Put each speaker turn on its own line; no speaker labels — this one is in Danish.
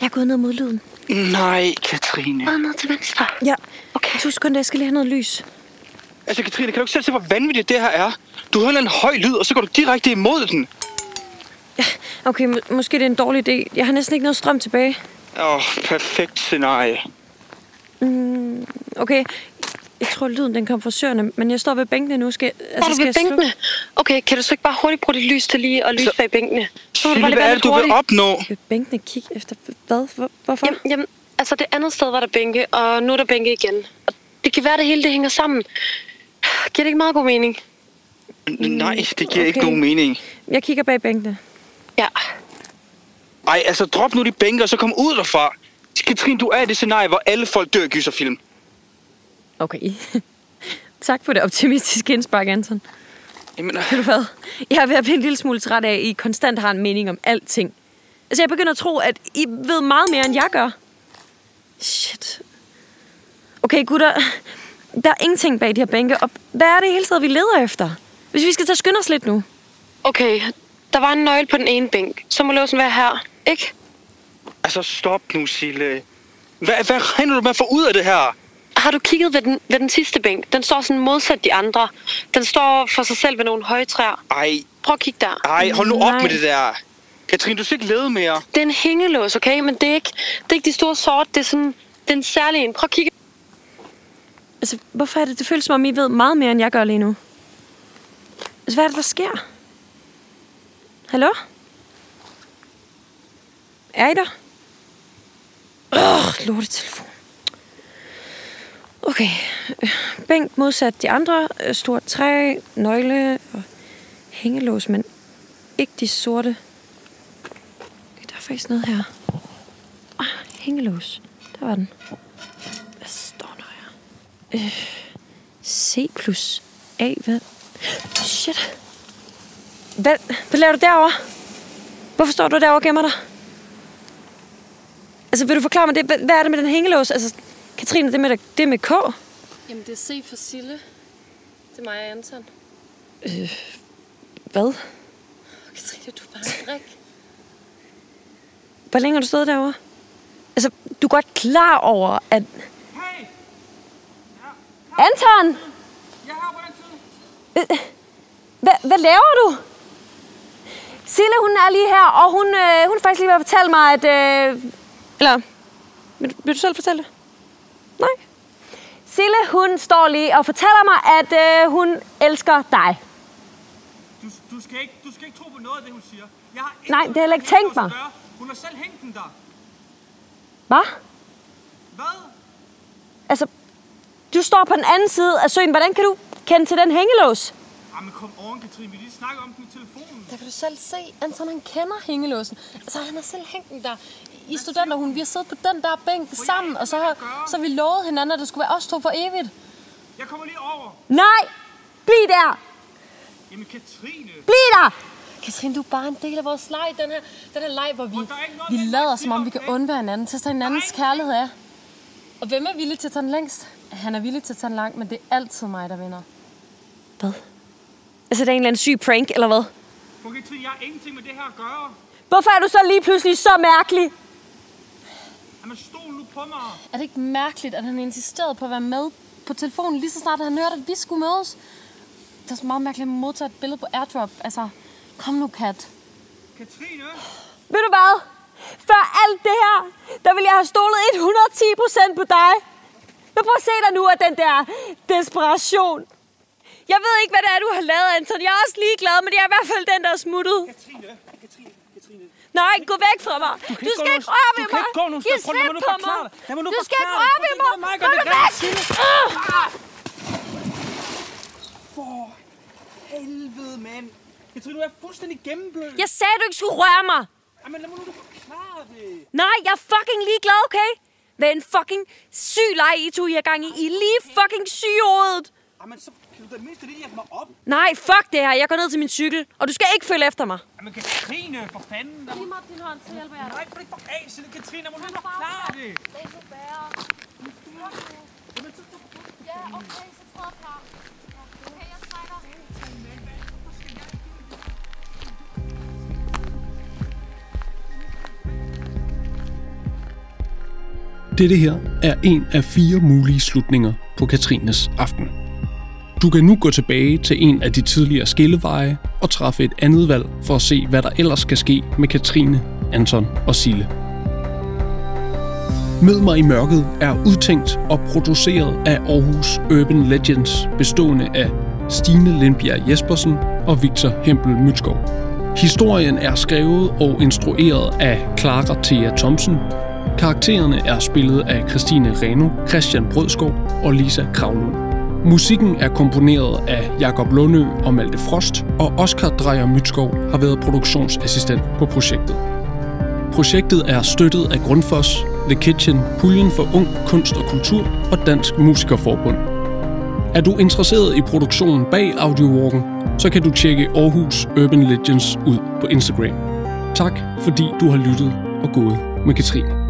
Jeg er gået ned mod lyden.
Nej, Katrine.
Bare ned til venstre.
Ja.
Okay.
To sekunder, jeg skal lige have noget lys.
Altså, Katrine, kan du ikke selv se, hvor vanvittigt det her er? Du hører en eller anden høj lyd, og så går du direkte imod den.
Okay, må- måske det er en dårlig idé. Jeg har næsten ikke noget strøm tilbage.
Åh, oh, perfekt scenarie.
Okay, jeg tror, lyden den kom fra søerne, men jeg står ved bænkene nu. Skal, jeg-
Er du ved
jeg slukke-
bænkene? Okay, kan du så ikke bare hurtigt bruge dit lys til lige at lyse
Så-
bag bænkene? Så må
Silje,
bare lige
hvad
være
er
lidt
det, du vil
hurtig.
opnå?
Ved bænkene kigge efter hvad? Hvor, hvorfor?
Jamen, jamen, altså det andet sted var der bænke, og nu er der bænke igen. Og det kan være, det hele det hænger sammen. Giver det ikke meget god mening?
Nej, det giver Mm, okay. ikke
okay.
nogen mening.
Jeg kigger bag bænkene.
Ja.
Ej, altså drop nu de bænker, og så kom ud derfra. Katrine, du er i det scenarie, hvor alle folk dør i gyserfilm.
Okay. tak for det optimistiske indspark, Anton.
Jamen,
Ved du hvad? Jeg er ved at blive en lille smule træt af, at I konstant har en mening om alting. Altså, jeg begynder at tro, at I ved meget mere, end jeg gør. Shit. Okay, gutter. Der er ingenting bag de her bænke, og hvad er det hele taget, vi leder efter? Hvis vi skal tage skynde os lidt nu.
Okay, der var en nøgle på den ene bænk. Så må låsen være her, ikke?
altså stop nu, Sille. Hvad, hvad regner du med at få ud af det her?
Har du kigget ved den, ved den sidste bænk? Den står sådan modsat de andre. Den står for sig selv ved nogle høje træer.
Ej,
Prøv at kigge der.
ej, hold nu op
Nej.
med det der. Katrine, du skal ikke lede mere.
Det er en hængelås, okay? Men det er ikke, det er ikke de store sort. Det er sådan det er en særlig en. Prøv at kigge.
Altså, hvorfor er det, det føles som om, I ved meget mere, end jeg gør lige nu? Altså, hvad er det, der sker? Hallo? Er I der? Åh, lortet telefon. Okay. øh, Bænk modsat de andre. øh, Stort træ, nøgle og hængelås, men ikke de sorte. Okay, der er faktisk noget her. Ah, hængelås. Der var den. Hvad står der her? C plus A, hvad? Shit. Hvad, hvad laver du derovre? Hvorfor står du derovre og gemmer dig? Altså, vil du forklare mig det? Hvad, hvad er det med den hængelås? Altså, Katrine, det med, det med K?
Jamen, det er C for Sille. Det er mig og Anton.
Øh, Hvad?
Katrine, du er bare en
Hvor længe har du stået derovre? Altså, du er godt klar over, at...
Hey,
Anton!
jeg har røgtid.
Hvad, hvad laver du? Sille, hun er lige her, og hun, øh, hun er faktisk lige ved at fortælle mig, at... Øh, eller, vil, du- vil du selv fortælle det? Nej. Sille, hun står lige og fortæller mig, at øh, hun elsker dig.
Du, du, skal ikke, du skal ikke tro på noget af det, hun siger. Jeg har
Nej,
intet
det har jeg ikke
med
tænkt
hængelås
mig.
at gøre. Hun har selv hængt den der.
Hvad?
Hvad?
Altså, du står på den anden side af søen. Hvordan kan du kende til den hængelås?
Jamen kom oven, Katrine. Vi lige snakker om den i telefonen.
Der kan du selv se, Anton han kender hængelåsen. Altså han har selv hængt den der. I studenterhulen, vi har siddet på den der bænk sammen, og så har, så har vi lovet hinanden, at det skulle være os to for evigt.
Jeg kommer lige over.
Nej! Bliv der!
Jamen, Katrine.
Bliv der!
Katrine, du er bare en del af vores leg, den her, den her leg, hvor vi,
der er ikke noget
vi
med en
lader,
leg,
som om vi kan
Simon, okay?
undvære hinanden, tester hinandens
Nej.
kærlighed af. Og hvem er villig til at tage den længst? Han er villig til at tage den langt, men det er altid mig, der vinder.
Hvad? Altså, det er en eller anden syg prank, eller hvad?
For Katrine, jeg har ingenting med det her at gøre.
Hvorfor er du så lige pludselig så mærkelig?
Jamen, stol nu på mig.
Er det ikke mærkeligt, at han insisterede på at være med på telefonen, lige så snart han hørte, at vi skulle mødes? Det er så meget mærkeligt at modtage et billede på airdrop. Altså, kom nu, Kat.
Katrine.
Ved du hvad? Før alt det her, der ville jeg have stolet 110% på dig. Men prøv at se dig nu af den der desperation. Jeg ved ikke, hvad det er, du har lavet, Anton. Jeg er også ligeglad, men det er i hvert fald den, der er smuttet.
Katrine. Katrine. Katrine.
Nej, gå væk fra mig. Du,
kan ikke
skal
gå
ikke
nogen-
røre
du
ved mig.
kan ikke gå nogen
Giv
steder. Prøv, lad
slip
mig nu
på
forklare
mig.
dig. Lad mig nu
Du skal ikke
forklare
røre
dig.
ved
Prøv,
mig.
lad mig
Gå
gøre
nu
det
væk.
rent,
Ah!
For helvede, mand. Katrine, du er fuldstændig gennemblød.
Ah! Jeg sagde, du ikke skulle røre mig.
Jamen, lad mig nu forklare det.
Nej, jeg er fucking ligeglad, okay? Hvad en fucking syg leg, I to I er gang i. I er lige fucking sygerådet.
Jamen, så kan du da mindst lige hjælpe mig op.
Nej, fuck det her. Jeg går ned til min cykel, og du skal ikke følge efter mig.
Jamen, Katrine, for fanden. Lad mig... Nej, for ikke for af, Sille Katrine. Lad mig nu forklare det. Jamen, så
Dette her er en af fire mulige slutninger på Katrines aften. Du kan nu gå tilbage til en af de tidligere skilleveje og træffe et andet valg for at se, hvad der ellers skal ske med Katrine, Anton og Sille. Mød mig i mørket er udtænkt og produceret af Aarhus Urban Legends, bestående af Stine Lindbjerg Jespersen og Victor Hempel Mytskov. Historien er skrevet og instrueret af Clara Thea Thomsen. Karaktererne er spillet af Christine Reno, Christian Brødskov og Lisa Kravlund. Musikken er komponeret af Jakob Lundø og Malte Frost, og Oscar Drejer Mytskov har været produktionsassistent på projektet. Projektet er støttet af Grundfos, The Kitchen, Puljen for Ung Kunst og Kultur og Dansk Musikerforbund. Er du interesseret i produktionen bag Audiowalken, så kan du tjekke Aarhus Urban Legends ud på Instagram. Tak fordi du har lyttet og gået med Katrine.